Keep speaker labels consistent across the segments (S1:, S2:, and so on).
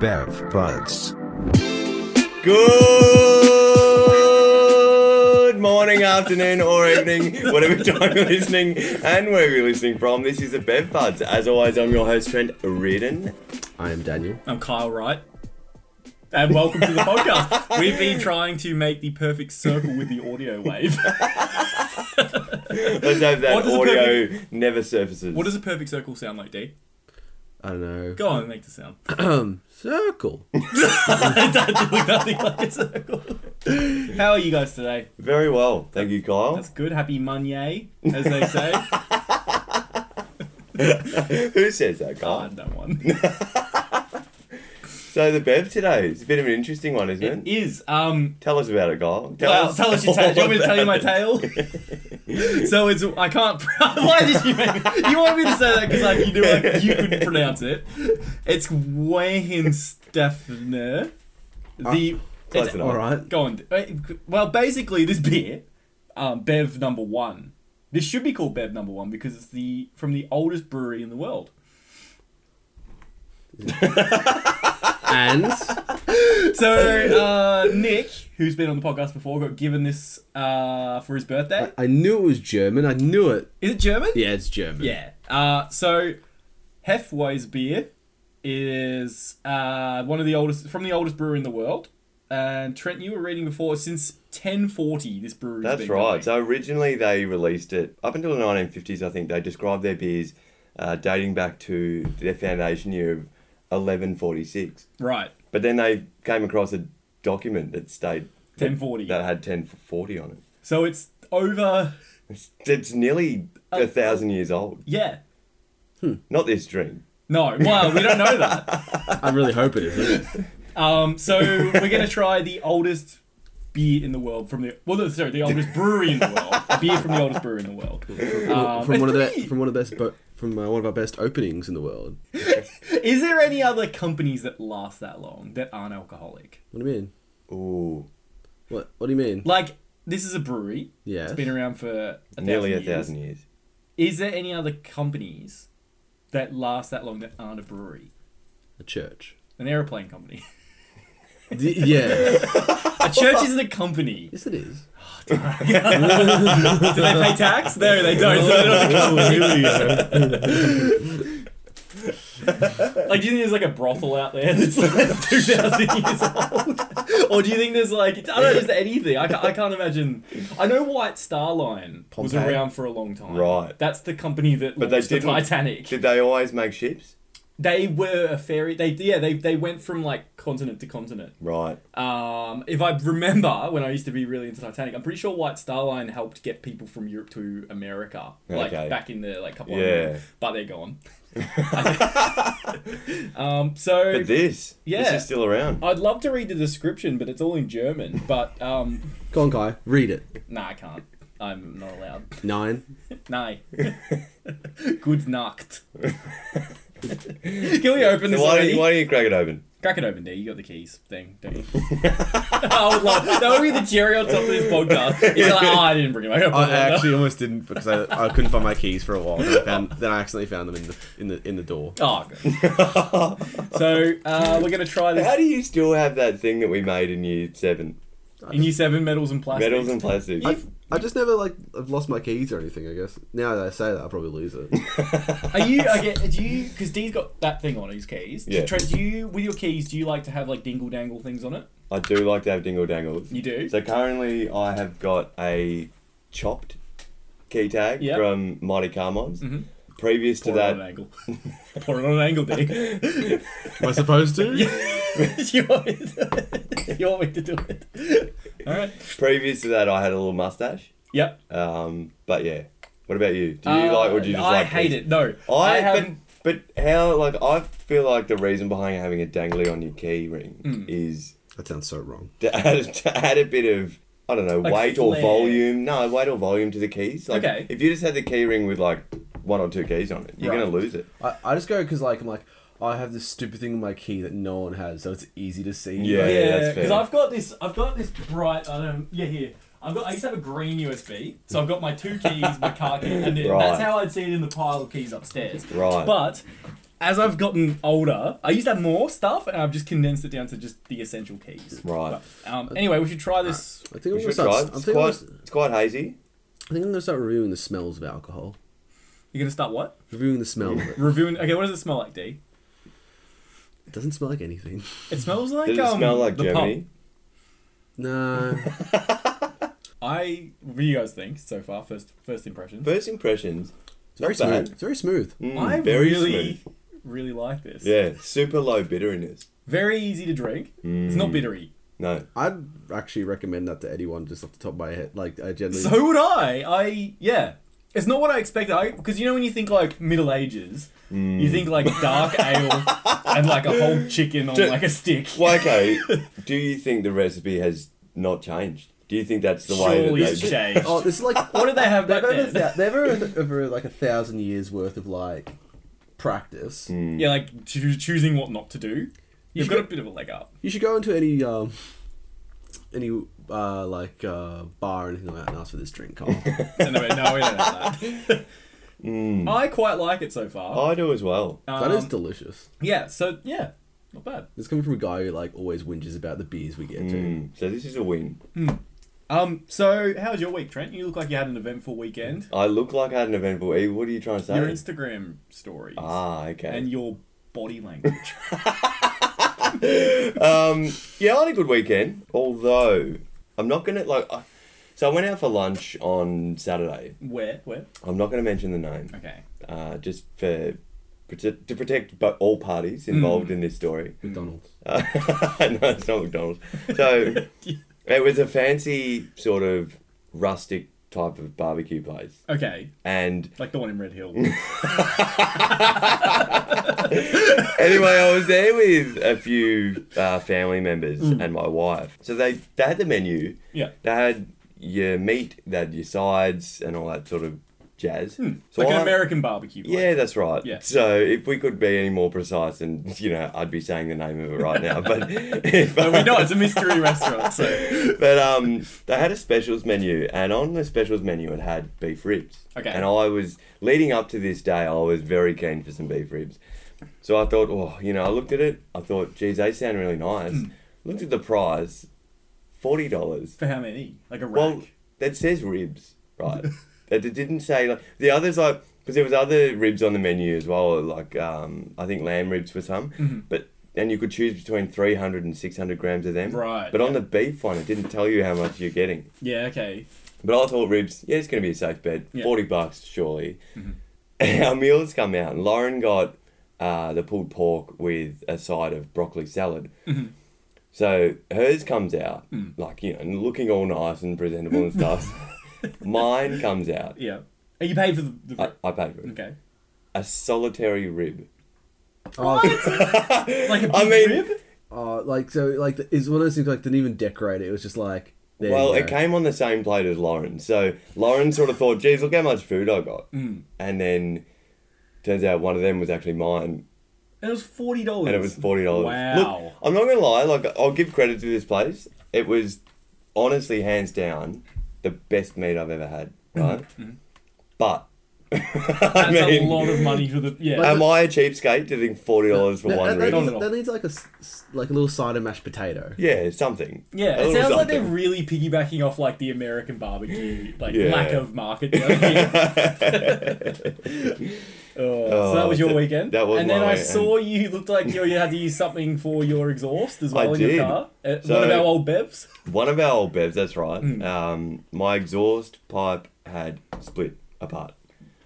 S1: Bev Buds.
S2: Good morning, afternoon, or evening, whatever time you're listening and where you're listening from. This is the Bev Buds. As always, I'm your host, Trent Reardon.
S3: I am Daniel.
S4: I'm Kyle Wright. And welcome to the podcast. We've been trying to make the perfect circle with the audio wave.
S2: Let's hope that
S4: What does a
S2: audio never surfaces.
S4: What does a perfect circle sound like, D?
S3: I don't know.
S4: Go on, make the sound.
S3: Circle.
S4: It does look nothing like a circle. How are you guys today?
S2: Very well. Thank you, Kyle.
S4: That's good. Happy Monday, as they say.
S2: Who says that, Kyle?
S4: Oh, no one.
S2: So, the Bev today is a bit of an interesting one, isn't
S4: It
S2: it?
S4: is. Um,
S2: Tell us about it, Kyle. Tell
S4: well, tell us your tale. Do you want me to tell you my
S2: all
S4: tale? so it's I can't. Why did you make me? You want me to say that because like you knew I, you couldn't pronounce it. It's Wehenstephaner. The
S2: close
S4: it's-
S2: enough.
S3: All right.
S4: Go on. uh, Well, basically, this beer, um, Bev Number One. This should be called Bev Number One because it's the from the oldest brewery in the world.
S3: And
S4: So uh, Nick, who's been on the podcast before, got given this uh, for his birthday.
S3: I knew it was German. I knew it.
S4: Is it German?
S3: Yeah, it's German.
S4: Yeah. Uh, so Hefweis beer is uh, one of the oldest from the oldest brewery in the world. And Trent, you were reading before since 1040 this brewery.
S2: That's right. So originally they released it up until the 1950s. I think they described their beers uh, dating back to their foundation year of 1146.
S4: right.
S2: But then they came across a document that stayed
S4: 1040.
S2: that had 1040 on it.
S4: So it's over.
S2: It's, it's nearly
S4: Oh.
S2: a thousand years old.
S4: Yeah.
S2: Not this drink.
S4: No. Wow. We don't know that.
S3: I really hope it isn't.
S4: Um. So we're gonna try the oldest beer in the world from the well, no, sorry, the oldest brewery in the world. A beer from the oldest brewery in the world. Um,
S3: from
S4: it's
S3: one of
S4: pretty-
S3: the from one of the best bo- from uh, one of our best openings in the world.
S4: Is there any other companies that last that long that aren't alcoholic?
S3: What do you mean?
S2: Ooh.
S3: What What do you mean?
S4: Like this is a brewery.
S3: Yes.
S4: It's been around for a
S2: Nearly a
S4: thousand
S2: thousand
S4: years.
S2: years.
S4: Is there any other companies that last that long that aren't a brewery?
S3: A church.
S4: An airplane company.
S3: D- yeah.
S4: a church isn't a company.
S3: yes, it is.
S4: Do they pay tax? No, they don't. So they're not a company.
S2: Oh,
S4: like, do you think there's like a brothel out there that's like 2,000 years old? Or do you think there's like, I don't know, is there anything? I can't, I can't imagine. I know White Star Line was
S2: Pompeii.
S4: around for a long time.
S2: Right.
S4: That's the company that
S2: But
S4: but
S2: they
S4: launched the
S2: didn't-
S4: Titanic.
S2: Did they always make ships?
S4: They were a ferry. They yeah. They they went from like continent to continent.
S2: Right.
S4: Um, if I remember when I used to be really into Titanic, I'm pretty sure White Star Line helped get people from Europe to America, like
S2: Okay.
S4: back in the like couple
S2: Yeah.
S4: of years. But they're gone. um, so
S2: But this,
S4: Yeah.
S2: this is still around.
S4: I'd love to read the description, but it's all in German. But um,
S3: Go on, Kai. Read it.
S4: nah, I can't. I'm not allowed.
S3: Nine.
S4: Nay. Good Nacht. Can we open
S2: So why,
S4: this?
S2: don't
S4: already?
S2: you, why don't you crack it open?
S4: Crack it open, there. You got the keys thing, don't you? I would love that would be the cherry on top of this podcast. You're like, oh, I didn't bring him. I got
S5: I
S4: I
S5: actually almost didn't because I, I couldn't find my keys for a while. Then I, found, then I accidentally found them in the in the in the door.
S4: Oh, good. so uh, we're gonna try
S2: How
S4: this
S2: do you still have that thing that we made in year seven?
S4: in year seven medals and plastic.
S2: Metals and plastics.
S4: You've-
S3: I just never like I've lost my keys or anything. I guess now that I say that, I'll probably lose it.
S4: Are you? I get. Do you? Because Dee's got that thing on his keys.
S2: Yeah.
S4: Trent, do you with your keys? Do you like to have like dingle dangle things on it?
S2: I do like to have dingle dangles.
S4: You do.
S2: So currently, I have got a chopped key tag
S4: Yep. Mm-hmm.
S2: from Mighty Car Mods. Previous to
S4: Pour it on an
S2: that,
S4: angle. Pour it on an angle, Dee.
S5: Am I supposed to?
S4: you, want me to, you want me to do it? All right.
S2: previous to that, I had a little mustache.
S4: Yep.
S2: Um, but yeah, what about you? Do you like, or do you just
S4: Uh, Um, I
S2: like?
S4: hate it. No,
S2: I,
S4: I, have.
S2: But, but how? Like, I feel like the reason behind having a dangly on your key ring
S4: Mm.
S2: is
S3: That sounds so wrong.
S2: to add, to add a bit of I don't know
S4: Like
S2: weight or
S4: flair.
S2: volume. No, weight or volume to the keys. Like,
S4: Okay.
S2: If you just had the key ring with like one or two keys on it, you're
S4: Right.
S2: gonna lose it.
S3: I, I just go because like I'm like "Oh, I have this stupid thing in my key that no one has, so it's easy to see.
S2: Yeah.
S3: Like,
S4: yeah,
S2: that's fair.
S4: because I've got this. I've got this bright. I don't. Yeah, here. I've got. I used to have a green USB, so I've got my two keys, my car key, and then
S2: Right.
S4: that's how I'd see it in the pile of keys upstairs.
S2: Right.
S4: But as I've gotten older, I used to have more stuff, and I've just condensed it down to just the essential keys.
S2: Right.
S4: But, um, anyway, we should try this.
S3: I think I'm
S2: We
S3: gonna
S2: should
S3: start.
S2: try.
S3: I
S2: it. It's
S3: think I'm,
S2: quite,
S3: gonna-
S2: it's quite hazy.
S3: I think I'm gonna start reviewing the smells of alcohol.
S4: You're gonna start what?
S3: Reviewing the smell of it.
S4: Reviewing. Okay, what does it smell like, D?
S3: it doesn't smell like anything.
S4: It smells like.
S2: Does
S4: um,
S2: it smell like
S4: the pub.
S2: Germany?
S3: No.
S4: I. What do you guys think so far? First, first impressions.
S2: First impressions.
S3: It's very
S2: Not bad.
S3: smooth. It's very smooth.
S2: Mm,
S4: I
S2: very
S4: really,
S2: smooth.
S4: really like this.
S2: Yeah, super low bitterness.
S4: Very easy to drink. It's
S2: Mm.
S4: not bittery.
S2: No.
S3: I'd actually recommend that to anyone just off the top of my head. Like I generally
S4: So would I. I yeah. It's not what I expected. I because you know when you think like Middle Ages,
S2: Mm.
S4: you think like dark ale and like a whole chicken on
S2: Ju-
S4: like a stick.
S2: Well, okay. do you think the recipe has not changed? Do you think that's the
S4: Surely
S2: way
S4: it's
S2: that they...
S4: changed.
S3: Oh, this is like
S4: What did they have back
S3: they've over,
S4: then?
S3: thou- they've over, over like a thousand years worth of like practice.
S2: Mm.
S4: Yeah, like choo- choosing what not to do. You've
S3: should
S4: got a
S3: go-
S4: bit of a leg up.
S3: You should go into any um any uh like uh bar or anything like that and ask for this drink. Carl.
S4: No, no, wait, no, we don't have that.
S2: Mm.
S4: I quite like it so far.
S2: I do as well.
S4: Um,
S3: that is delicious.
S4: yeah. So yeah, not bad.
S3: It's coming from a guy who like always whinges about the beers we get to.
S2: Mm, so this is a win.
S4: Um. So how was your week, Trent? You look like you had an eventful weekend.
S2: I look like I had an eventful E. What are you trying to say?
S4: Your Instagram stories
S2: ah, okay.
S4: and your body language.
S2: um, yeah, I had a good weekend. Although I'm not gonna like. I, so I went out for lunch on Saturday.
S4: Where? Where?
S2: I'm not gonna mention the name,
S4: Okay.
S2: uh, just for prote- to protect but all parties involved in this story.
S3: McDonald's.
S2: Uh, no, it's not McDonald's. So it was a fancy sort of rustic type of barbecue place,
S4: Okay.
S2: and
S4: Like the one in Red Hill.
S2: Hmm. anyway, I was there with a few uh, family members and my wife. So they, they had the menu.
S4: Mm. Yeah.
S2: They had your meat, they had your sides, and all that sort of jazz. So
S4: Hmm. like an
S2: I-
S4: American barbecue. place.
S2: Yeah, that's right.
S4: Yeah.
S2: So if we could be any more precise, and you know, I'd be saying the name of it right now. But if,
S4: But we know it's a mystery restaurant, so.
S2: but um, they had a specials menu, and on the specials menu, it had beef ribs.
S4: Okay.
S2: And I was leading up to this day, I was very keen for some beef ribs. So I thought, oh, you know, I looked at it. I thought, geez, they sound really nice.
S4: Hmm.
S2: Looked at the price, forty dollars.
S4: For how many? Like a rack.
S2: Well, that says ribs, right? that it didn't say like the others like because there was other ribs on the menu as well, like um, I think lamb ribs for some,
S4: Mm-hmm.
S2: but. And you could choose between 300 and 600 grams of them.
S4: Right,
S2: But on the beef one, it didn't tell you how much you're getting.
S4: yeah, okay.
S2: But I thought ribs, yeah, it's going to be a safe bet.
S4: Yeah.
S2: 40
S4: Mm-hmm.
S2: bucks, surely. Our meals come out, and Lauren got uh, the pulled pork with a side of broccoli salad.
S4: Mm-hmm.
S2: So hers comes out,
S4: Mm.
S2: like, you know, and looking all nice and presentable and stuff. Mine comes out.
S4: Yeah. And you paid for the. the
S2: I, I paid for it.
S4: okay.
S2: A solitary rib.
S3: Oh,
S4: Like a big
S2: I mean,
S4: rib?
S3: oh, like so, like the, it's one of those things. Like didn't even decorate it. It was just like there you
S2: well,
S3: go.
S2: it came on the same plate as Lauren. So Lauren sort of thought, geez, look how much food I got.
S4: Mm.
S2: And then turns out one of them was actually mine.
S4: It was $40.
S2: and it was forty dollars.
S4: Wow.
S2: Look, I'm not gonna lie. Like, I'll give credit to this place. It was honestly, hands down, the best meat I've ever had. Right, but I
S4: Mm-hmm. That's
S2: mean,
S4: a lot of money for the. Yeah.
S2: am I a cheapskate to think forty dollars for
S3: That-
S2: one
S3: that,
S2: rib?
S3: that,
S4: Not
S3: needs,
S4: at all.
S3: that needs like a s- s- like a little side of mashed potato.
S2: yeah, something.
S4: yeah,
S2: A
S4: it
S2: little
S4: sounds like they're
S2: something.
S4: really piggybacking off like the American barbecue, like
S2: Yeah.
S4: lack of market. oh, so that was your
S2: Oh, that-
S4: weekend.
S2: that was
S4: and then
S2: my
S4: I
S2: weekend.
S4: saw you looked like you, you had to use something for your exhaust as
S2: I
S4: well in
S2: did.
S4: your car. Uh, one
S2: So-
S4: of our old bevs.
S2: One of our old bevs. That's right.
S4: Mm.
S2: Um, my exhaust pipe had split apart.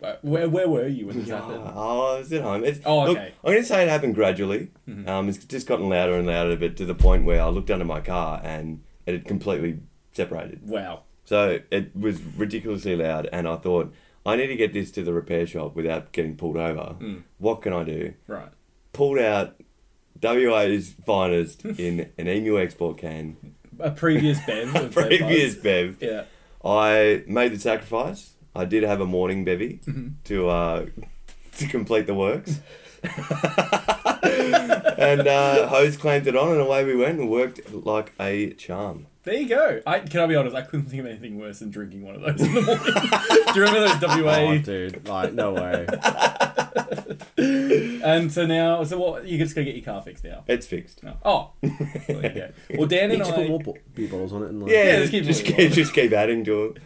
S4: Right, Where, where were you when this happened?
S2: Oh, I was at home. It's,
S4: Oh,
S2: look,
S4: okay. Mm-hmm.
S2: I'm going to say it happened gradually. Um, it's just gotten louder and louder, but to the point where I looked under my car and it had completely separated.
S4: Wow.
S2: So it was ridiculously loud, and I thought, I need to get this to the repair shop without getting pulled over.
S4: Mm.
S2: What can I do?
S4: Right.
S2: Pulled out WA's finest in an emu export can,
S4: A previous bev. of Bev
S2: previous
S4: Buzz.
S2: Bev.
S4: Yeah.
S2: I made the sacrifice. I did have a morning bevy
S4: Mm-hmm.
S2: to uh, to complete the works. and uh, hose clamped it on, and away we went and worked like a charm.
S4: There you go. I can I be honest. I couldn't think of anything worse than drinking one of those in the morning.
S3: Oh,
S4: Do you remember those WA?
S3: dude, like no way.
S4: And so now, so what? You just gotta get your car fixed now.
S2: It's fixed.
S4: No. Oh, there you go. Well, Dan
S3: You
S4: and
S3: just put
S4: I,
S3: more bo- beer bottles on it and like.
S2: Yeah,
S4: Yeah,
S2: just
S4: just
S2: keep
S4: keep
S2: just,
S4: doing
S2: keep,
S4: it.
S2: just keep adding to it.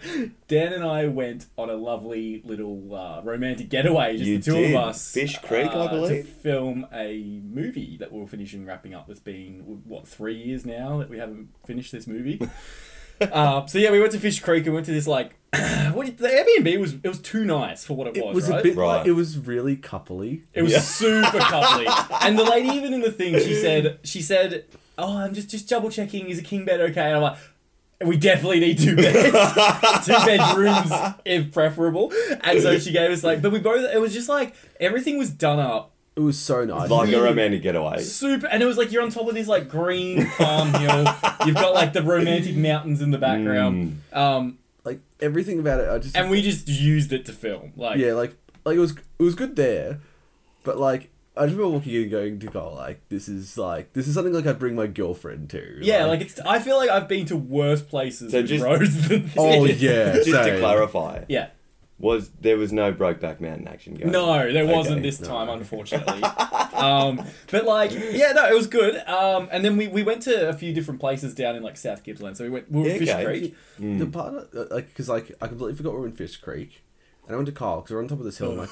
S4: Dan and I went on a lovely little uh, romantic getaway, just
S2: You
S4: the two
S2: did.
S4: of us,
S2: Fish Creek, I
S4: uh,
S2: believe.
S4: to film a movie that we're finishing wrapping up. That's been what three years now that we haven't finished this movie. uh, so yeah, we went to Fish Creek and went to this like, what do you- the Airbnb was it was too nice for what it
S3: It
S4: was.
S3: was
S4: right?
S3: a bit
S2: Right.
S3: like it was really coupley.
S4: It was
S2: Yeah.
S4: super cuddly. and the lady even in the thing, she said, she said, "Oh, I'm just just double checking. Is a king bed okay?" And I'm like. We definitely need two beds, two bedrooms if preferable. And so she gave us like, but we both. It was just like everything was done up
S3: It was so nice.
S2: Like
S4: Mm.
S2: a romantic getaway.
S4: super, and it was like you're on top of this like green farm hill. You've got like the romantic mountains in the background, um,
S3: like everything about it, I just
S4: and we just used it to film. Like,
S3: yeah, like like it was it was good there, but like I just remember walking in and going to go like this is like this is something like I'd bring my girlfriend to.
S4: yeah, like it's. I feel like I've been to worse places
S2: So
S4: with
S2: just-
S4: roads than this.
S3: oh yeah,
S2: Just to
S3: same.
S2: clarify,
S4: yeah.
S2: was there was no Brokeback Mountain action going?
S4: No, there
S2: Okay,
S4: wasn't this
S3: no.
S4: time, unfortunately. um, but like, yeah, no, it was good. Um, and then we, we went to a few different places down in like South Gippsland. So we went we were
S2: Yeah,
S4: in Fish
S2: okay.
S4: Creek.
S3: The part uh, like because like I completely forgot we were in Fish Creek, and I went to Kyle because we're on top of this hill. I'm like,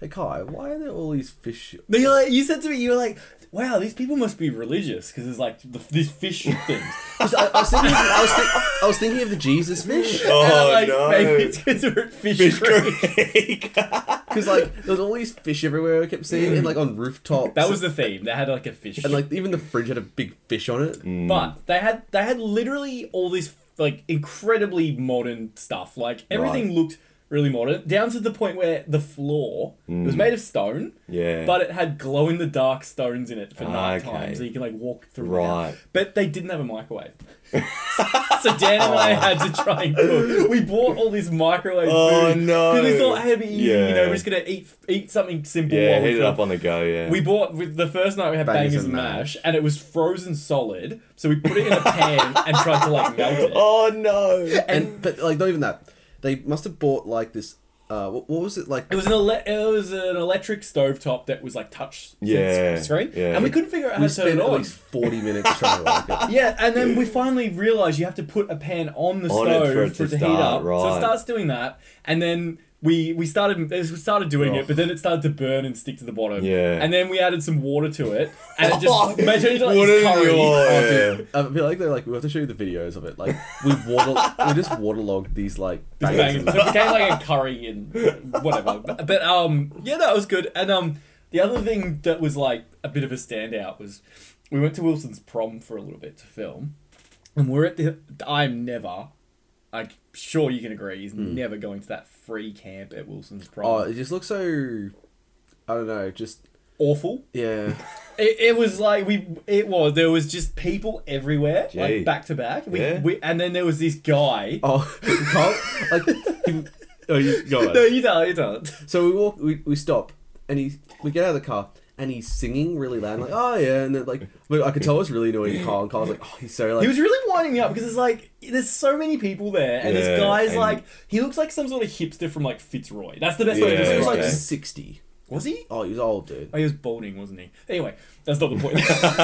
S3: hey Kyle, why are there all these fish?
S4: No, you like, you said to me, you were like, "Wow, these people must be religious because it's like the, these fish things."
S3: 'Cause I, I, was thinking, I, was think, I was thinking of the Jesus fish
S4: And I'm
S2: Oh
S4: like,
S2: no.
S4: Maybe it's because we're at Fish,
S2: Fish
S4: Creek.
S2: Creek.
S3: because like there's all these fish everywhere. I kept seeing and like on rooftops.
S4: That was the theme. They had like a fish,
S3: and like even the fridge had a big fish on it.
S4: but they had they had literally all this like incredibly modern stuff. Like everything
S2: Right.
S4: looked really modern, down to the point where the floor it was made of stone.
S2: yeah.
S4: But it had glow in the dark stones in it for
S2: Ah,
S4: night time,
S2: okay.
S4: so you can like walk through.
S2: Right.
S4: Right. But they didn't have a microwave, so Dan and I had to try and cook. We bought all this microwave
S2: Oh,
S4: food
S2: no.
S4: because we thought hey, it'd be easy. You know,
S2: Yeah.
S4: we're just gonna eat eat something simple.
S2: yeah,
S4: while we
S2: hit it
S4: cook.
S2: up on the go. Yeah.
S4: We bought with the first night we had bangers, and mash, and it was frozen solid. So we put it in a pan and tried to like melt it.
S2: oh no.
S3: and but like not even that they must have bought like this uh what, what was it like
S4: It was an ele- it was an electric stovetop that was like touch
S2: Yeah,
S4: screen,
S2: yeah.
S4: and we couldn't figure out how
S3: we
S4: to turn
S3: spent
S4: it
S3: at
S4: on.
S3: least 40 minutes trying to like it
S4: Yeah, and then we finally realise you have to put a pan on the
S2: On it
S4: stove
S2: for
S4: for
S2: it
S4: it to,
S2: to
S4: heat
S2: start,
S4: up. So
S2: right.
S4: it starts doing that, and then we we started we started doing it, but then it started to burn and stick to the bottom.
S2: Oh. Yeah.
S4: and then we added some water to it, and it just made it into like
S2: What
S4: this
S2: is
S4: curry. Oh,
S2: your- yeah.
S3: i feel like they're like we have to show you the videos of it like we water we just waterlogged these like
S4: Just
S3: bangers.
S4: bang. So it became like a curry and whatever. But, but, um, yeah, that was good. And um, the other thing that was like a bit of a standout was we went to Wilson's prom for a little bit to film, and we're at the. I'm never. I'm sure you can agree. He's never going to that free camp at Wilson's prom.
S3: Hmm. oh it just looks so i don't know just
S4: Awful.
S3: yeah
S4: It, it was like we. It was there was just people everywhere,
S2: Gee.
S4: like back to back. We,
S2: Yeah.
S4: we and then there was this guy.
S3: oh Carl, like he,
S5: Oh, you go on.
S4: No, you don't. You don't.
S3: so we walk we, we stop and he we get out of the car and he's singing really loud like oh yeah and then like but i could tell it was really annoying carl and carl's like oh he's so like
S4: He was really winding me up because it's like there's so many people there, and
S2: Yeah,
S4: this guy's
S2: and-
S4: like he looks like some sort of hipster from like Fitzroy. That's the best way to
S2: Yeah,
S3: he was
S4: describe
S3: like
S2: okay.
S4: him.
S3: 60
S4: Was he?
S3: Oh, he was old, dude.
S4: Oh, he was balding, wasn't he? Anyway, that's not the point.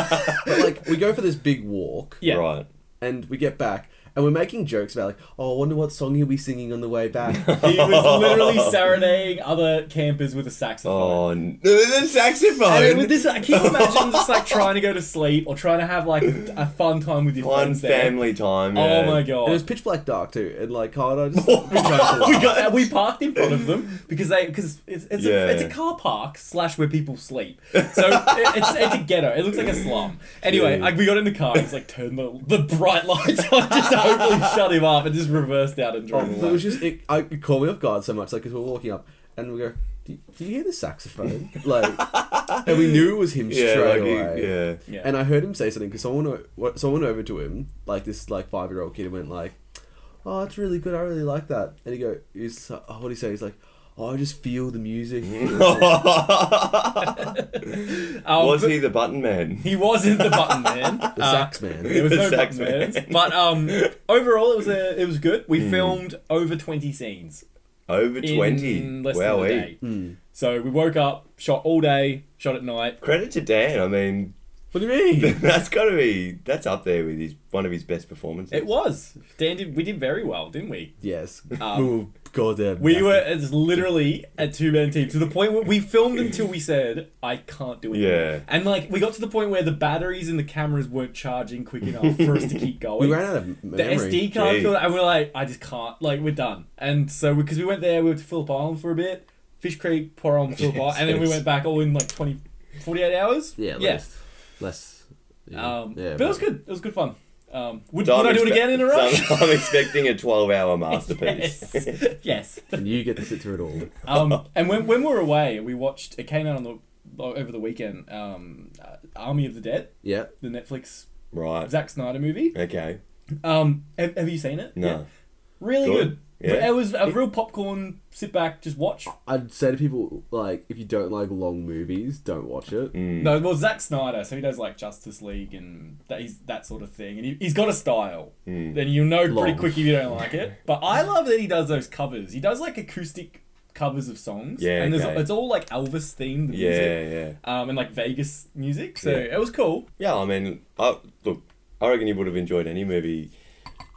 S3: But like, we go for this big walk,
S4: yeah.
S2: Right.
S3: and we get back, and we're making jokes about like, oh, I wonder what song he'll be singing on the way back.
S4: He was literally serenading other campers with a saxophone.
S2: Oh, n- the
S4: I mean, with
S2: saxophone.
S4: this, I can you imagine just like trying to go to sleep or trying to have like a fun time with your
S2: One
S4: friends there?
S2: family time.
S4: Oh
S2: yeah.
S4: my
S3: and it was
S4: god!
S3: pitch black dark too, and like, Carl and I just we tried to
S4: We,
S3: laugh.
S4: got, and we parked in front of them because they because it's it's,
S2: Yeah.
S4: a, it's a car park slash where people sleep, so it, it's it's a ghetto. It looks like a slum. Anyway,
S2: Yeah.
S4: like we got in the car. and It's like turn the the bright lights on just to hopefully shut him up and just reversed out and
S3: Oh,
S4: drove
S3: but
S4: away.
S3: it was just it, I, it caught me off guard so much, like, because we're walking up, and we go, do you, do you hear the saxophone? Like, and we knew it was him
S2: Yeah,
S3: straight
S2: like,
S3: away.
S2: yeah.
S4: yeah.
S3: And I heard him say something because someone o- what- someone over to him, like this like five year old kid, went like, "Oh, that's really good. I really like that." And he go, "He's oh, what would he say?" He's like, "Oh, I just feel the music."
S2: Mm-hmm.
S4: um,
S2: Was
S4: but
S2: he the button man?
S4: he wasn't the button man.
S3: the
S4: Uh,
S3: sax man.
S4: There was
S2: The
S4: no
S2: sax
S4: button
S2: man. Hmm.
S4: mans. But um, overall, it was a, it was good. We filmed over twenty scenes.
S2: Over
S4: in
S2: twenty.
S4: less
S2: wow. eh?
S4: than a day.
S3: Mm.
S4: So we woke up, shot all day, shot at night.
S2: Credit to Dan. I mean,
S3: What do you mean?
S2: that's got to be that's up there with his one of his best performances.
S4: It was. Dan did. We did very well, didn't we?
S3: yes.
S4: Um,
S3: we were goddamn.
S4: We
S3: knackered.
S4: were it's literally a two man team to the point where we filmed until we said, I can't do it.
S2: Yeah.
S4: And like we got to the point where the batteries in the cameras weren't charging quick enough for us to keep
S3: We
S4: going.
S3: ran out of
S4: the
S3: memory.
S4: SD card
S2: Gee.
S4: filled, and we're like, I just can't. Like we're done. And so because we, went there, we went to Phillip Island for a bit, Fish Creek, Porom, Phillip Island, and then we
S2: Jesus.
S4: went back all in like 20, 48 hours.
S3: Yeah.
S4: yeah.
S3: Less. Less. Yeah.
S4: Um,
S3: yeah
S4: but it was good. It was good fun. Um, would, would
S2: So I'm
S4: I do it
S2: expe-
S4: again in a row?
S2: so I'm, I'm expecting a 12 hour masterpiece.
S4: yes. yes.
S3: And you get to sit through it all.
S4: Um, and when, when we were away, we watched. It came out on the over the weekend. Um, uh, Army of the Dead,
S3: Yeah.
S4: the Netflix
S2: right.
S4: Zack Snyder movie.
S2: Okay.
S4: Um, have, have you seen it?
S2: No.
S4: Yeah. Really good.
S2: Good. Yeah.
S4: It was a real popcorn. Sit back, just watch.
S3: I'd say to people like, if you don't like long movies, don't watch it.
S2: Mm.
S4: No, well, Zack Snyder, so he does like Justice League and that he's that sort of thing, and he, he's got a style.
S2: Mm.
S4: Then you'll know pretty
S3: Long.
S4: quick if you don't like it. But I love that he does those covers. He does like acoustic covers of songs.
S2: Yeah,
S4: and there's,
S2: okay.
S4: it's all like Elvis themed. The
S2: Yeah,
S4: music.
S2: yeah.
S4: um, and like Vegas music. So
S2: Yeah.
S4: it was cool.
S2: Yeah, I mean, I, look, I reckon you would have enjoyed any movie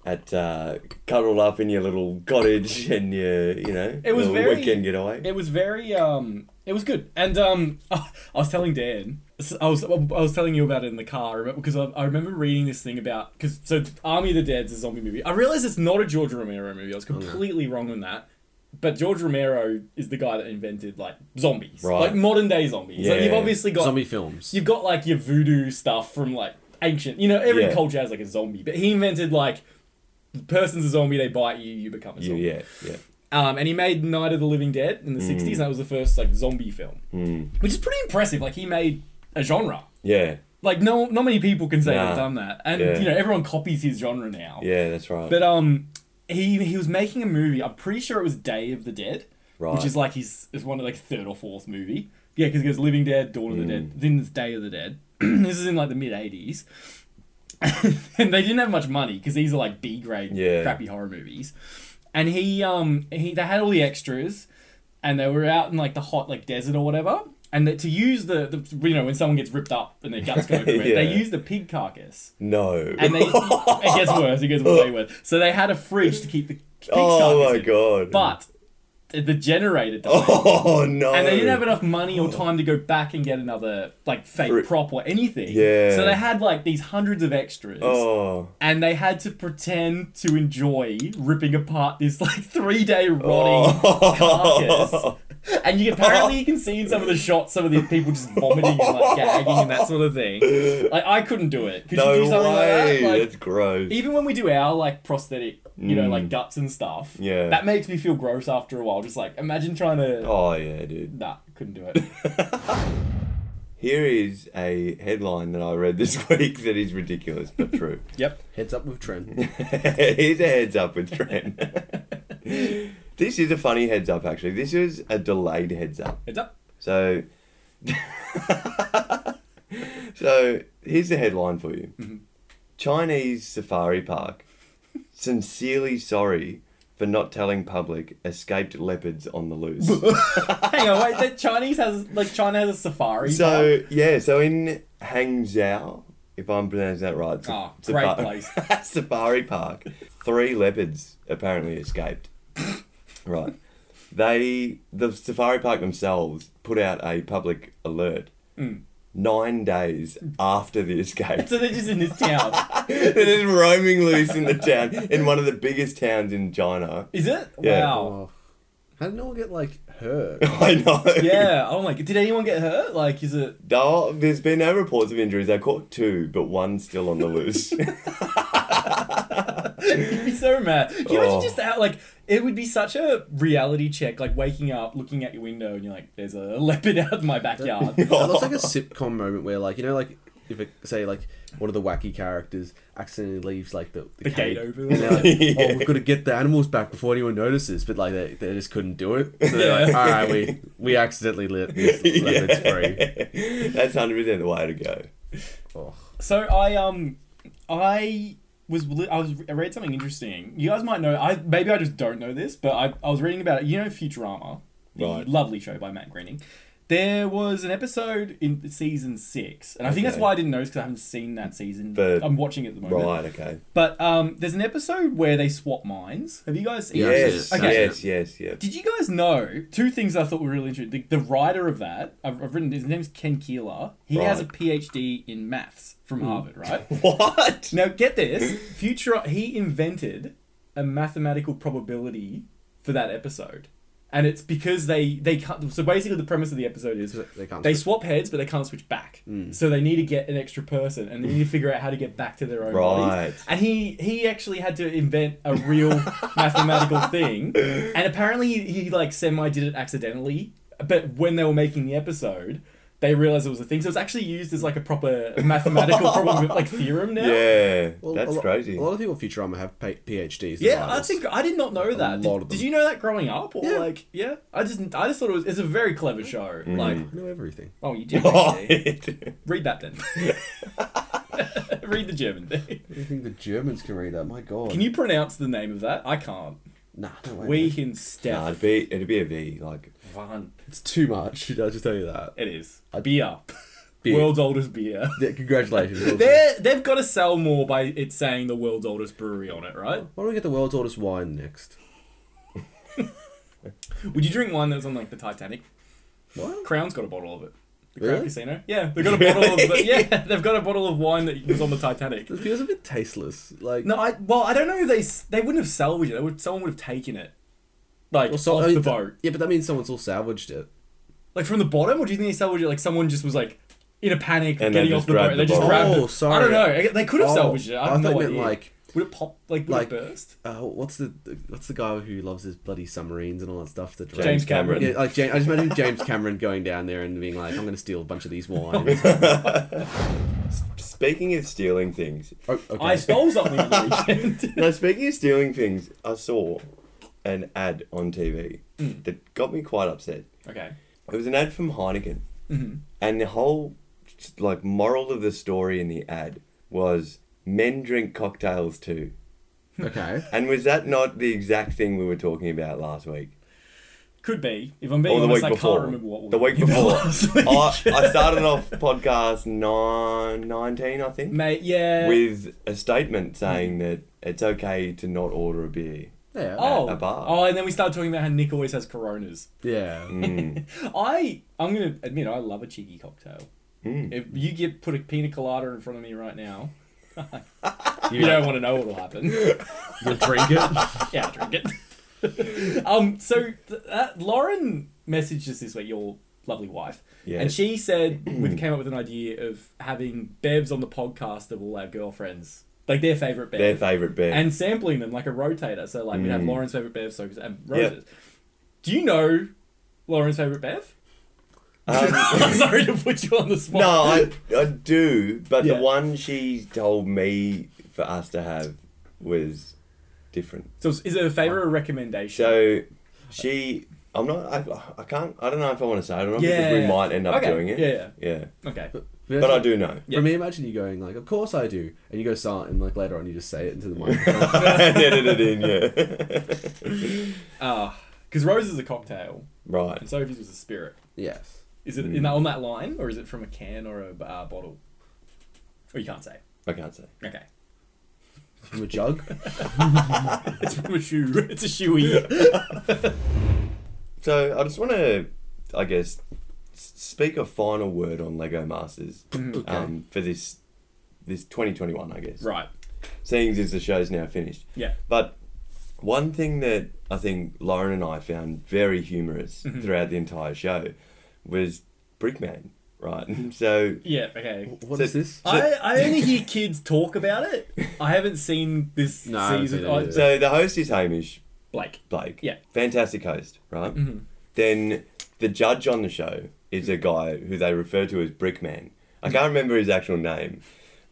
S2: at uh, cuddled up in your little cottage and your, you know,
S4: It was
S2: little
S4: very-
S2: weekend getaway.
S4: It was very, um, it was good. And um, I was telling Dan, I was I was telling you about it in the car I remember- because I, I remember reading this thing about because so Army of the Dead's a zombie movie. I realize it's not a George Romero movie. I was
S2: Mm.
S4: completely wrong on that. But George Romero is the guy that invented like zombies,
S2: Right.
S4: like modern day zombies. Like you've
S2: Yeah.
S4: obviously got
S3: Zombie films.
S4: You've got like your voodoo stuff from like ancient, you know, every
S2: Yeah.
S4: culture has like a zombie, but he invented like the person's a zombie, they bite you, you become a
S2: You-
S4: zombie.
S2: yeah, yeah.
S4: Um, and he made Night of the Living Dead
S2: Hmm.
S4: in the 60s, and that was the first like zombie film,
S2: Mm.
S4: which is pretty impressive. Like, he made a genre.
S2: Yeah,
S4: Like, no, not many people can say they've
S2: Nah.
S4: done that. And,
S2: Yeah.
S4: you know, everyone copies his genre now.
S2: yeah, that's right.
S4: But, um, he, he was making a movie, I'm pretty sure it was Day of the Dead,
S2: right.
S4: which is like his is one of like third or fourth movie. Yeah, because it goes Living Dead, Dawn of the Dead,
S2: Hmm.
S4: then it's Day of the Dead. this is in like the mid eighties, and they didn't have much money because these are like B grade
S2: Yeah.
S4: crappy horror movies. And he um he they had all the extras, and they were out in like the hot like desert or whatever. And that to use the, the you know when someone gets ripped up and their guts go everywhere, they
S2: Yeah.
S4: use the pig carcass.
S2: no.
S4: And they it gets worse. It gets way worse. So they had a fridge to keep the pig
S2: oh
S4: carcass
S2: my
S4: in.
S2: god.
S4: But the generator died.
S2: Oh no.
S4: And they didn't have enough money or time to go back and get another like fake
S2: Fru-
S4: prop or anything.
S2: Yeah.
S4: So they had like these hundreds of extras.
S2: Oh.
S4: And they had to pretend to enjoy ripping apart this like three day rotting
S2: Oh.
S4: carcass. And you apparently you can see in some of the shots some of these people just vomiting and like gagging and that sort of thing. Like I couldn't do it. Could
S2: no
S4: you do something
S2: way.
S4: like that? Like,
S2: that's gross.
S4: even when we do our like prosthetic, you know, like guts and stuff,
S2: Mm. Yeah.
S4: that makes me feel gross after a while. Just like imagine trying to,
S2: oh yeah, dude.
S4: nah, couldn't do it.
S2: Here is a headline that I read this week that is ridiculous but true.
S4: yep.
S3: Heads up with Trent.
S2: Here's a heads up with Trent. this is a funny heads up, actually. This is a delayed heads up.
S4: Heads up.
S2: So, so here's the headline for you Chinese safari park. Sincerely sorry for not telling public escaped leopards on the loose.
S4: Hang on, wait. That Chinese has like China has a safari. park?
S2: So yeah, so in Hangzhou, if I'm pronouncing that right, it's a-
S4: Oh,
S2: it's a
S4: great
S2: par-
S4: place.
S2: safari park. Three leopards apparently escaped. right, they the safari park themselves put out a public alert.
S4: Mm.
S2: Nine days after the escape,
S4: so they're just in this town.
S2: they're just roaming loose in the town in one of the biggest towns in China.
S4: Is it?
S2: Yeah.
S4: Wow.
S3: oh. How did no one get like hurt?
S2: I know.
S4: Yeah. Oh my. god. Did anyone get hurt? Like, is it?
S2: No, there's been no reports of injuries. They caught two, but one's still on the loose.
S4: You'd be so mad. Can you imagine
S2: Oh.
S4: just that? Like, it would be such a reality check. Like waking up, looking out your window, and you're like, "There's a leopard out in my backyard."
S3: It looks like a sitcom moment where, like, you know, like if it, say like one of the wacky characters accidentally leaves like the,
S4: The gate open.
S3: and they're like,
S2: Yeah.
S3: oh, we've got to get the animals back before anyone notices, but like they, they just couldn't do it. So they're like,
S4: Yeah.
S3: all right, we we accidentally let this leopards free.
S2: That's hundred percent the way to go.
S3: Oh.
S4: So I um I was li- I was I read something interesting. You guys might know. I maybe I just don't know this, but I, I was reading about it. You know Futurama, the
S2: Right.
S4: lovely show by Matt Groening. There was an episode in season six, and I think that's
S2: Okay.
S4: why I didn't notice because I haven't seen that season.
S2: But-
S4: I'm watching it at the moment.
S2: Right. Okay.
S4: But um, there's an episode where they swap minds. Have you guys seen
S5: Yeah,
S4: this?
S2: Yes.
S5: that's it.
S4: Okay.
S2: Yes. Yes. Yes.
S4: Did you guys know two things I thought were really interesting? The, the writer of that, I've, I've written his name's Ken Keeler. He has a
S2: Right. Hmm.
S4: PhD in maths from Harvard, right?
S2: What?
S4: Now get this, Future he invented a mathematical probability for that episode. And it's because they they can't, so basically the premise of the episode is
S5: They can't.
S4: they swap heads but they can't switch back.
S2: Hmm.
S4: So they need to get an extra person and they need to figure out how to get back to their own
S2: Right.
S4: bodies. And he he actually had to invent a real mathematical thing. And apparently he, he like semi did it accidentally, but when they were making the episode they realized it was a thing, so it's actually used as like a proper mathematical problem, like theorem now.
S2: Yeah.
S5: Well,
S2: that's
S5: a lo-
S2: crazy.
S5: A lot of people at Futurama have pa- PhDs. in
S4: Yeah, I
S5: writers.
S4: think I did not know that.
S5: lot
S4: Did,
S5: of
S4: did
S5: them.
S4: you know that growing up or
S5: Yeah. Mm.
S4: like yeah? I just I just thought it was it's a very clever show. Like
S5: I know everything.
S4: oh you did actually.
S2: Right.
S4: read that then. read the German thing.
S5: I think the Germans can read that. My God.
S4: Can you pronounce the name of that? I can't.
S5: Nah, no way. man.
S2: Nah,
S4: Wehensteph
S2: it'd be it'd be a V. Like
S4: van.
S5: It's too much. Should I just tell you that?
S4: It is
S5: I-
S4: beer.
S5: Beer.
S4: World's oldest beer.
S5: Yeah, congratulations. well done.
S4: They're, they've got to sell more by it saying the world's oldest brewery on it, right?
S5: Why don't we get the world's oldest wine next?
S4: Would you drink wine that was on like the Titanic?
S5: What?
S4: Crown's got a bottle of it. The Crown
S5: Really?
S4: Casino. Yeah, they've got a bottle of yeah, they've got a bottle of wine that was on the Titanic.
S5: It feels a bit tasteless. Like
S4: No, I well, I don't know. If they s- they wouldn't have salvaged it. They would, someone would have taken it, like
S5: Well, so-
S4: off
S5: I mean,
S4: the
S5: th-
S4: boat,
S5: Yeah, but that means someone's all salvaged it.
S4: like from the bottom. Or do you think they salvaged it? Like someone just was like in a panic
S2: And they
S4: getting
S2: just
S4: off the boat.
S2: grabbed
S4: they
S2: the
S4: just
S2: bottle.
S4: grabbed
S5: Oh,
S4: it. I
S5: sorry.
S4: don't know. They could have
S5: Oh,
S4: salvaged it. I
S5: I
S4: have
S5: thought
S4: no
S5: you meant,
S4: idea.
S5: like-
S4: would it pop? Like would
S5: like-
S4: it burst?
S5: Uh, what's the what's the guy who loves his bloody submarines and all that stuff? That
S4: James Cameron.
S5: Yeah, like James, I just imagine James Cameron going down there and being like, "I'm going to steal a bunch of these wines."
S2: speaking of stealing things.
S5: oh, okay.
S4: I stole something on the weekend.
S2: Now speaking of stealing things, I saw an ad on TV
S5: Hmm.
S2: that got me quite upset.
S4: okay.
S2: It was an ad from Heineken,
S4: hmm
S2: and the whole like moral of the story in the ad was men drink cocktails too.
S5: okay.
S2: And was that not the exact thing we were talking about last week?
S4: Could be. If I'm being
S2: or the
S4: honest,
S2: week
S4: I
S2: before?
S4: can't remember what
S2: the
S4: we-
S2: week before.
S4: last
S2: I,
S4: week.
S2: I started off podcast nine, 19, I think,
S4: Mate, yeah.
S2: with a statement saying that it's okay to not order a beer.
S5: Yeah.
S4: oh,
S2: a bar.
S4: oh, and then we started talking about how Nick always has Coronas.
S5: Yeah.
S2: Mm.
S4: I I'm gonna admit I love a cheeky cocktail.
S2: Mm.
S4: If you get put a pina colada in front of me right now, you don't want to know what'll happen.
S5: You drink it.
S4: yeah, I'll drink it. um, so th- that, Lauren messaged us this week, your lovely wife,
S2: Yeah.
S4: and she said we came up with an idea of having bevs on the podcast of all our girlfriends, like their favorite bev,
S2: Their favourite beer.
S4: and sampling them like a rotator. So like we'd have
S2: Mm.
S4: Lauren's favorite bev, so and
S2: Yep.
S4: roses. Do you know Lauren's favorite bev?
S2: Um,
S4: I'm sorry to put you on the spot.
S2: no, I, I do, but
S4: Yeah.
S2: the one she told me for us to have was different.
S4: So is it a favour or a recommendation?
S2: So she, I'm not, I, I can't, I don't know if I want to say it or not
S4: Yeah,
S2: because
S4: yeah.
S2: we might end up
S4: Okay,
S2: doing it.
S4: yeah,
S2: Yeah.
S4: okay.
S2: But I do know.
S4: Yeah.
S5: For me, imagine you going like, "Of course I do," and you go silent, and like later on, you just say it into the microphone.
S2: and edit it in, yeah.
S4: Because Ah, rose is a cocktail
S2: right.
S4: and Sophie's was a spirit.
S5: yes.
S4: Is it
S2: Mm.
S4: in on that line or is it from a can or a uh, bottle? Or you can't say.
S2: I can't say.
S4: Okay.
S5: From a jug.
S4: It's from a shoe. It's a shoey.
S2: So I just want to, I guess, s- speak a final word on Lego Masters um, for this this 2021, I guess.
S4: Mm-hmm. right.
S2: Seeing as the show's now finished.
S4: Yeah.
S2: But one thing that I think Lauren and I found very humorous
S4: Mm-hmm.
S2: throughout the entire show was Brickman,
S4: Mm-hmm.
S2: right? so
S4: Yeah, okay.
S5: What
S2: So-
S5: is this?
S4: I, I only hear kids talk about it. I haven't seen this
S5: No, I haven't
S4: season.
S5: seen it either.
S4: oh,
S2: so the host is Hamish
S4: Blake.
S2: Blake.
S4: Yeah. Mm-hmm.
S2: Fantastic host, right? Then the judge on the show is a guy who they refer to as Brickman. I can't remember his actual name,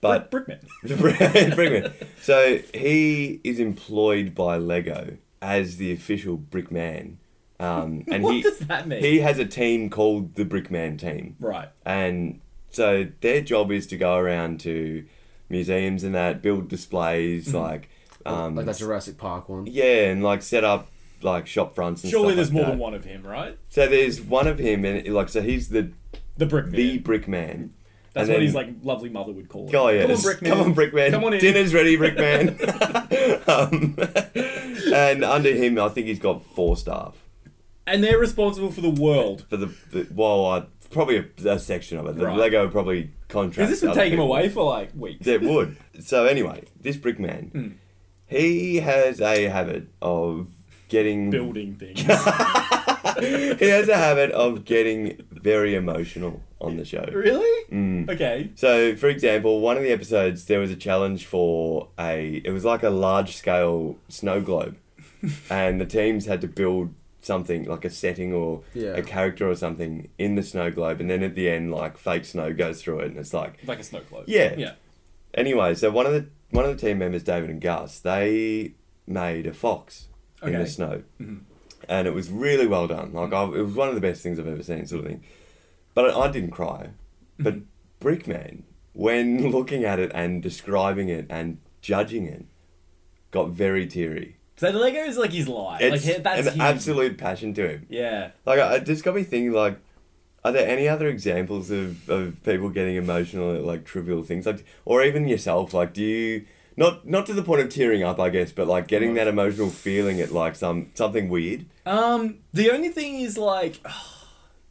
S2: but
S4: Brick- Brickman.
S2: Brickman. So he is employed by Lego as the official Brickman, um, and
S4: what
S2: he
S4: does that mean?
S2: he has a team called the Brickman team,
S4: right.
S2: and so their job is to go around to museums and that, build displays like, um,
S3: like that Jurassic Park one.
S2: yeah, and like set up like shop fronts. And
S4: Surely
S2: stuff like
S4: there's more
S2: that.
S4: than one of him, right?
S2: So there's one of him, and like so he's the
S4: The brick
S2: the
S4: man.
S2: brick man.
S4: That's
S2: and
S4: what
S2: then-
S4: his like lovely mother would call it.
S2: Oh yeah,
S4: Come on, brick man.
S2: Come on, Brickman.
S4: Come on in.
S2: Dinner's ready, Brickman. um, and under him, I think he's got four staff
S4: And they're responsible for the world.
S2: for the, the well, uh, probably a, a section of it. The
S4: Right.
S2: Lego probably contract.
S4: Because this would take him away for like weeks.
S2: It would. So anyway, this Brickman,
S4: Hmm.
S2: he has a habit of getting.
S4: Building things.
S2: he has a habit of getting very emotional on the show.
S4: really?
S2: Mm.
S4: Okay.
S2: So, for example, one of the episodes there was a challenge for a. It was like a large scale snow globe, and the teams had to build something like a setting or
S3: Yeah.
S2: a character or something in the snow globe, and then at the end, like fake snow goes through it, and it's like
S4: Like a snow globe.
S2: Yeah.
S4: Yeah.
S2: anyway. So one of the one of the team members, David and Gus, they made a fox in the
S4: Okay.
S2: snow,
S4: Mhm.
S2: and it was really well done. Like I, it was one of the best things I've ever seen, sort of thing. But I, I didn't cry.
S4: Mm-hmm.
S2: But Brickman, when looking at it and describing it and judging it, got very teary.
S4: So the Lego is like his life.
S2: It's
S4: like that's
S2: an
S4: him.
S2: absolute passion to him.
S4: Yeah.
S2: Like I, it just got me thinking. Like, are there any other examples of, of people getting emotional at like trivial things, like or even yourself? Like, do you not not to the point of tearing up, I guess, but like
S4: Mm-hmm.
S2: getting that emotional feeling at like some something weird.
S4: Um, the only thing is like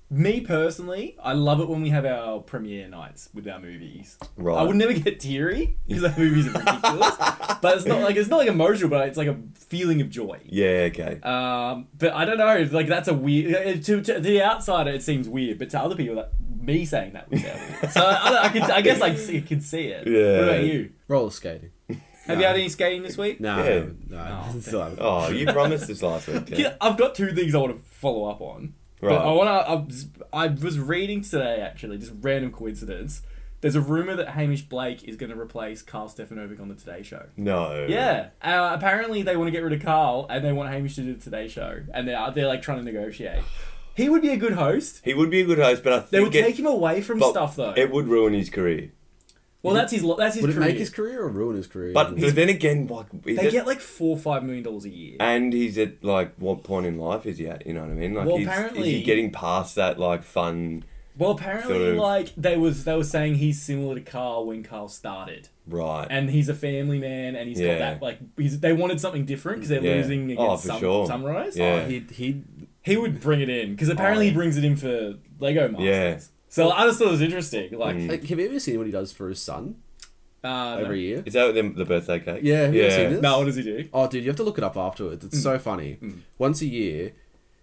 S4: me personally, I love it when we have our premiere nights with our movies.
S2: Right.
S4: I would never get teary because our movies are ridiculous. but it's not like it's not like emotional, but it's like a feeling of joy.
S2: Yeah. Okay.
S4: Um, but I don't know. Like that's a weird. uh, To, to the outsider, it seems weird, but to other people, that me saying that would sound weird. So I, don't- I, could, I guess I can see, can see it.
S2: Yeah.
S4: What about you?
S3: Roller skating.
S4: Have you had any skating this week?
S5: No,
S2: Yeah.
S5: no,
S4: Oh,
S5: still haven't.
S2: Oh, you promised this last week.
S4: Yeah, I've got two things I want to follow up on.
S2: Right.
S4: But I want to. I was reading today, actually, just random coincidence. There's a rumor that Hamish Blake is going to replace Carl Stefanovic on the Today Show.
S2: No.
S4: Yeah. Uh, apparently, they want to get rid of Carl and they want Hamish to do the Today Show, and they're they're like trying to negotiate. He would be a good host.
S2: He would be a good host, but I think
S4: They would
S2: it,
S4: take him away from
S2: but
S4: stuff, though.
S2: it would ruin his career.
S4: well, that's his lo- that's his
S3: Would it
S4: career.
S3: make his career or ruin his career?
S2: But then again, like, is
S4: they
S2: it-
S4: get like four or five million dollars a year.
S2: and he's at like what point in life is he at? You know what I mean? Like,
S4: Well,
S2: he's, is
S4: apparently-
S2: he getting past that like fun?
S4: Well, apparently,
S2: Sort of-
S4: like they was they were saying he's similar to Carl when Carl started.
S2: Right.
S4: and he's a family man, and he's
S2: Yeah.
S4: got that like he's, they wanted something different because they're
S2: Yeah.
S4: losing against
S2: Oh, for
S4: Sun-
S2: sure.
S4: Sunrise.
S2: Yeah.
S3: Oh, he he
S4: He would bring it in because apparently
S2: Oh.
S4: he brings it in for Lego Masters.
S2: Yeah.
S4: So I just thought it was interesting. Like,
S2: Mm.
S3: like, have you ever seen what he does for his son
S4: uh,
S3: every year?
S2: Is that the, the birthday cake?
S3: Yeah, have you ever seen
S4: no.
S3: this?
S4: no, what does he do?
S3: Oh, dude, you have to look it up afterwards.
S2: Mm.
S3: It's so funny. Once a year,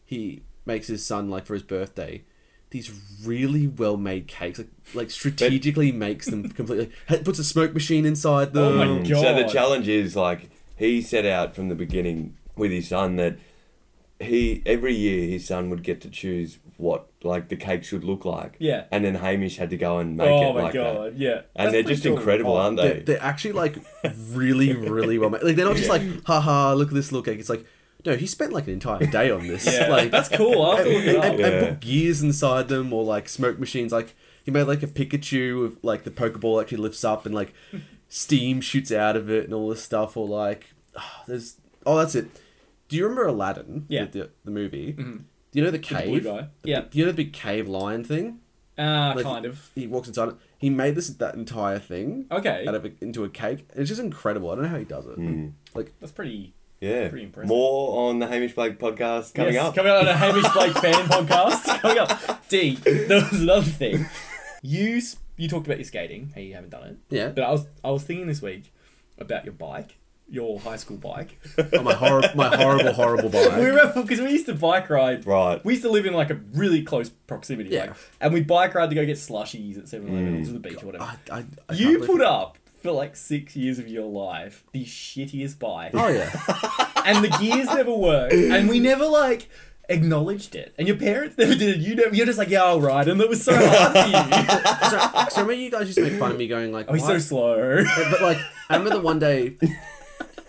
S3: he makes his son like for his birthday these really well made cakes. Like, like strategically makes them completely. ha- Puts a smoke machine inside them.
S4: Oh my
S2: Mm.
S4: God.
S2: So the challenge is like he set out from the beginning with his son that he every year his son would get to choose what like the cake should look like.
S4: Yeah.
S2: And then Hamish had to go and make
S4: oh
S2: it
S4: my
S2: like
S4: god,
S2: that.
S4: yeah.
S2: And
S4: That's
S2: they're
S4: pretty
S2: just
S4: cool.
S2: incredible, aren't
S3: They're,
S2: they?
S3: they're actually like really, really well made. Like they're not just like, haha, look at this little cake. It's like, no, he spent like an entire day on this.
S4: Yeah,
S3: like
S4: that's cool. I have to look
S3: and,
S4: it
S3: and,
S4: up.
S3: and,
S2: Yeah.
S3: put gears inside them or like smoke machines. Like he made like a Pikachu with like the Pokeball actually lifts up and like steam shoots out of it and all this stuff. Or like there's oh that's it. Do you remember Aladdin?
S4: Yeah.
S3: the, the, the movie. Do you know the
S4: the
S3: cave?
S4: blue guy.
S3: The-
S4: Yeah.
S3: Do you know the big cave lion thing?
S4: Uh,
S3: Like,
S4: kind of.
S3: He walks inside it. He made this that entire thing
S4: Okay,
S3: out of a, into a cake. It's just incredible. I don't know how he does it.
S4: Hmm.
S3: Like
S4: that's pretty.
S2: Yeah.
S4: Pretty impressive.
S2: More on the Hamish Blake podcast coming
S4: Yes,
S2: up.
S4: Coming up on a Hamish Blake fan podcast. Coming up. D, there was another thing. You s- you talked about your skating, how you haven't done it.
S3: Yeah.
S4: But I was I was thinking this week about your bike, your high school bike.
S3: oh, my horrible, my horrible, horrible
S4: we
S3: bike.
S4: remember because we used to bike ride.
S2: right.
S4: We used to live in like a really close proximity,
S3: Yeah.
S4: like, and we bike ride to go get slushies at Seven Eleven or to the beach or whatever.
S3: I, I, Mm, I can't
S4: you
S3: believe
S4: put
S3: it.
S4: up for like six years of your life the shittiest bike.
S3: Oh yeah.
S4: and the gears never worked, and we never like acknowledged it, and your parents never did it. You never, you're just like, yeah, all right, and that was so hard for you.
S3: so, so remember you guys used to make fun of me going like,
S4: Oh, he's so
S3: "Why-"
S4: slow.
S3: but, but, like I remember the one day,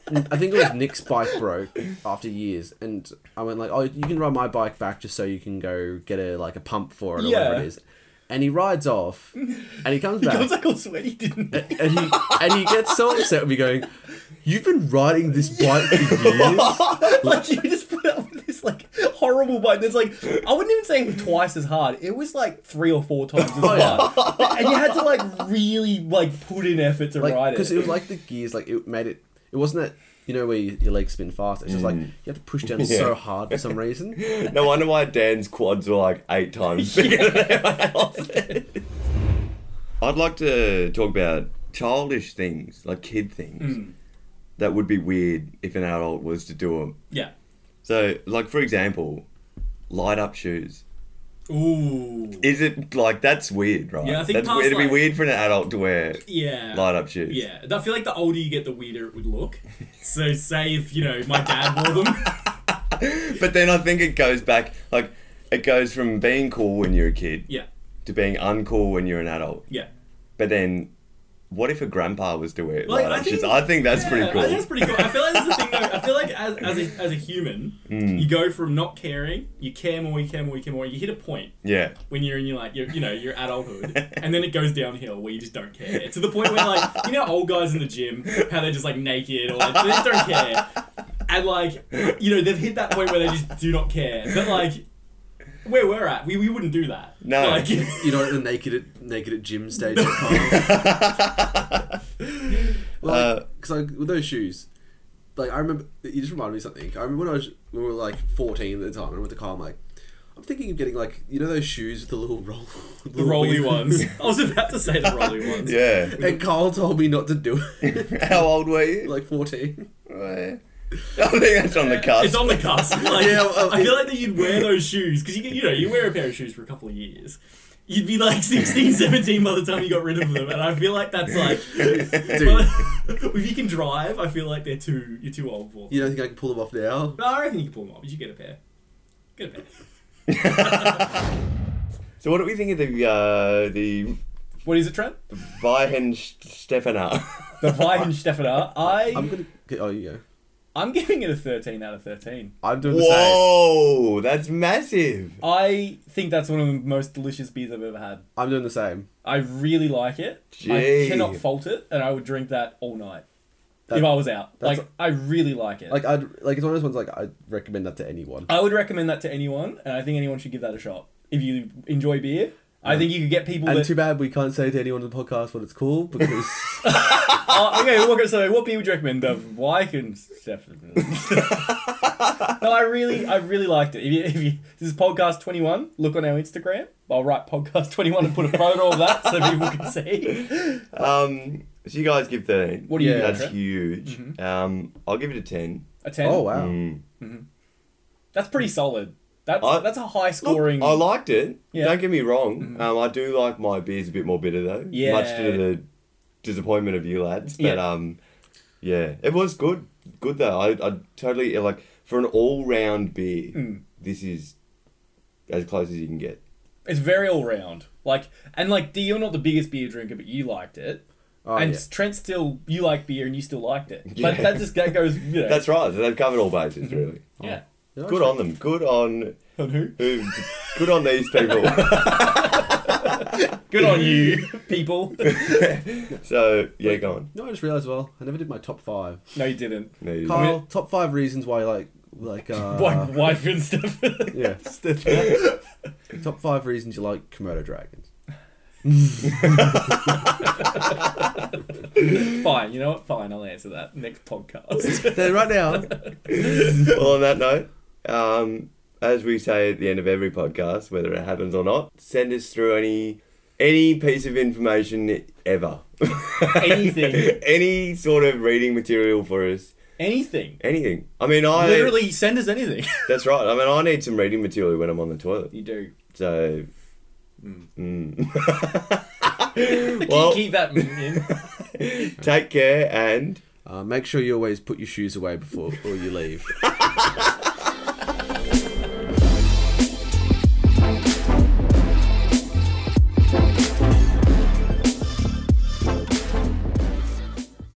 S3: I think it was Nick's bike broke after years, and I went like, oh, you can ride my bike back just so you can go get a like a pump for it or
S4: Yeah.
S3: whatever it is. and he rides off, and he comes
S4: He
S3: back,
S4: comes like all sweaty, didn't he?
S3: and he and he gets so upset with me going, "You've been riding this bike for years."
S4: like you just put up with this like horrible bike that's like I wouldn't even say twice as hard. It was like three or four times as
S3: Oh, yeah.
S4: hard, and you had to like really like put in effort to
S3: like
S4: ride
S3: because
S4: it.
S3: it was like the gears like it made it it wasn't that you know where you, your legs spin fast it's just like
S4: Mm.
S3: you have to push down
S2: Yeah.
S3: so hard for some reason
S2: No wonder why Dan's quads were like eight times bigger than everyone else's. I'd like to talk about childish things, like kid things,
S4: Hmm.
S2: that would be weird if an adult was to do them.
S4: yeah.
S2: So, like for example, light up shoes.
S4: Ooh.
S2: Is it like that's weird, right?
S4: Yeah, I think
S2: that's
S4: past,
S2: weird. It'd be
S4: like-
S2: weird for an adult to wear
S4: yeah.
S2: light up shoes.
S4: Yeah, I feel like the older you get, the weirder it would look. So, say if you know my dad wore them,
S2: But then I think it goes back, like it goes from being cool when you're a kid
S4: yeah,
S2: to being uncool when you're an adult.
S4: yeah.
S2: But then, what if a grandpa was to wear
S4: Like,
S2: light
S4: I
S2: up shoes?
S4: think-
S2: I think that's
S4: Yeah,
S2: pretty cool.
S4: I think that's pretty cool. I feel like that's the thing though. I feel like as, as, a, as a human,
S2: Hmm.
S4: you go from not caring, you care more, you care more, you care more. You hit a point
S2: yeah.
S4: when you're in your like your, you know your adulthood, and then it goes downhill where you just don't care to the point where like you know old guys in the gym how they're just like naked or like, they just don't care, and like you know they've hit that point where they just do not care. But like where we're at, we, we wouldn't do that.
S2: No.
S4: Like,
S3: you know at the naked at naked at gym stage at Carl.
S2: Uh,
S4: Uh,
S3: like because like with those shoes like I remember you just reminded me of something I remember when I was when we were like 14 at the time and I went to Carl I'm like I'm thinking of getting like you know those shoes with the little roll
S4: the rolly ones. I was about to say the rolly ones.
S2: Yeah.
S3: and Carl told me not to do it
S2: How old were you? Oh,
S3: like 14
S2: I think that's on the cusp.
S4: It's on the cusp. Like,
S3: Yeah, well,
S4: I feel like that you'd wear those shoes because you get- you know you wear a pair of shoes for a couple of years. You'd be like 16, 17 by the time you got rid of them, and I feel like that's like,
S3: Dude.
S4: if you can drive, I feel like they're too you're too old for.
S3: you don't think I can pull them off now
S4: No, I reckon you can pull them off. You should get a pair. Get a pair.
S2: so what do we think of the uh, the
S4: What is it, Trent?
S2: Weihenstephaner?
S4: The Weihenstephaner. I
S3: I'm gonna oh you go
S4: I'm giving it a 13 out of 13.
S3: I'm doing
S2: Whoa, that's massive.
S4: I think that's one of the most delicious beers I've ever had.
S3: I'm doing the same.
S4: I really like it. I
S2: Gee.
S4: cannot fault it, and I would drink that all night
S3: That-
S4: if I was out.
S3: that's-
S4: Like I really like it.
S3: Like I'd like it's one of those ones like I'd recommend that to anyone.
S4: I would recommend that to anyone, and I think anyone should give that a shot if you enjoy beer. I think you could get people
S3: And
S4: that.
S3: too bad we can't say to anyone on the podcast what it's called because
S4: Oh, okay, what, so what beer would you recommend? The Wyken no, I really, I really liked it. If you, if you, this is podcast twenty one. Look on our Instagram. I'll write podcast twenty one and put a photo of that so people can see.
S2: Um, so you guys give thirteen.
S4: What do you
S3: Yeah.
S4: give it,
S2: That's
S4: Trent? Mm-hmm.
S2: huge. Um, I'll give it a ten.
S4: A ten.
S3: oh wow,
S2: Mm.
S4: That's pretty solid. That's
S2: I-
S4: that's a high
S2: Look,
S4: scoring.
S2: I liked it.
S4: Yeah. Mm-hmm.
S2: Don't get me wrong. Um, I do like my beers a bit more bitter though.
S4: Yeah.
S2: Much to the disappointment of you lads, but
S4: Yeah.
S2: um, yeah, it was good. Good though. I I totally like for an all round beer.
S4: Mm.
S2: This is as close as you can get.
S4: It's very all round. Like and like D, you're not the biggest beer drinker, but you liked it.
S3: Oh,
S4: and
S3: yeah.
S4: Trent still you like beer and you still liked it. But
S2: Yeah.
S4: that just that goes you know
S2: That's right. So they've covered all bases really.
S4: Mm-hmm. yeah.
S3: Yeah,
S2: Good
S3: that's
S2: on them. Good on
S4: On who?
S2: who? Good on these people.
S4: Good on you, people.
S2: so yeah, go on.
S3: You know, what I just realised as well. I never did my top five.
S4: No, you didn't.
S2: There you go.
S3: Carl, top five reasons why you like like uh,
S4: Why why couldn't stuff?
S3: yeah. top five reasons you like Komodo dragons.
S4: Fine, you know what? Fine, I'll answer that next podcast.
S3: Then right now,
S2: well, on that note, um, as we say at the end of every podcast, whether it happens or not, send us through any any piece of information ever,
S4: anything.
S2: any sort of reading material for us,
S4: Anything.
S2: anything. I mean, I
S4: Literally send us anything.
S2: that's right. I mean, I need some reading material when I'm on the toilet.
S4: you do.
S2: So,
S4: Keep-
S2: mm. well,
S4: keep that in.
S2: take care and.
S3: uh, make sure you always put your shoes away before or you leave.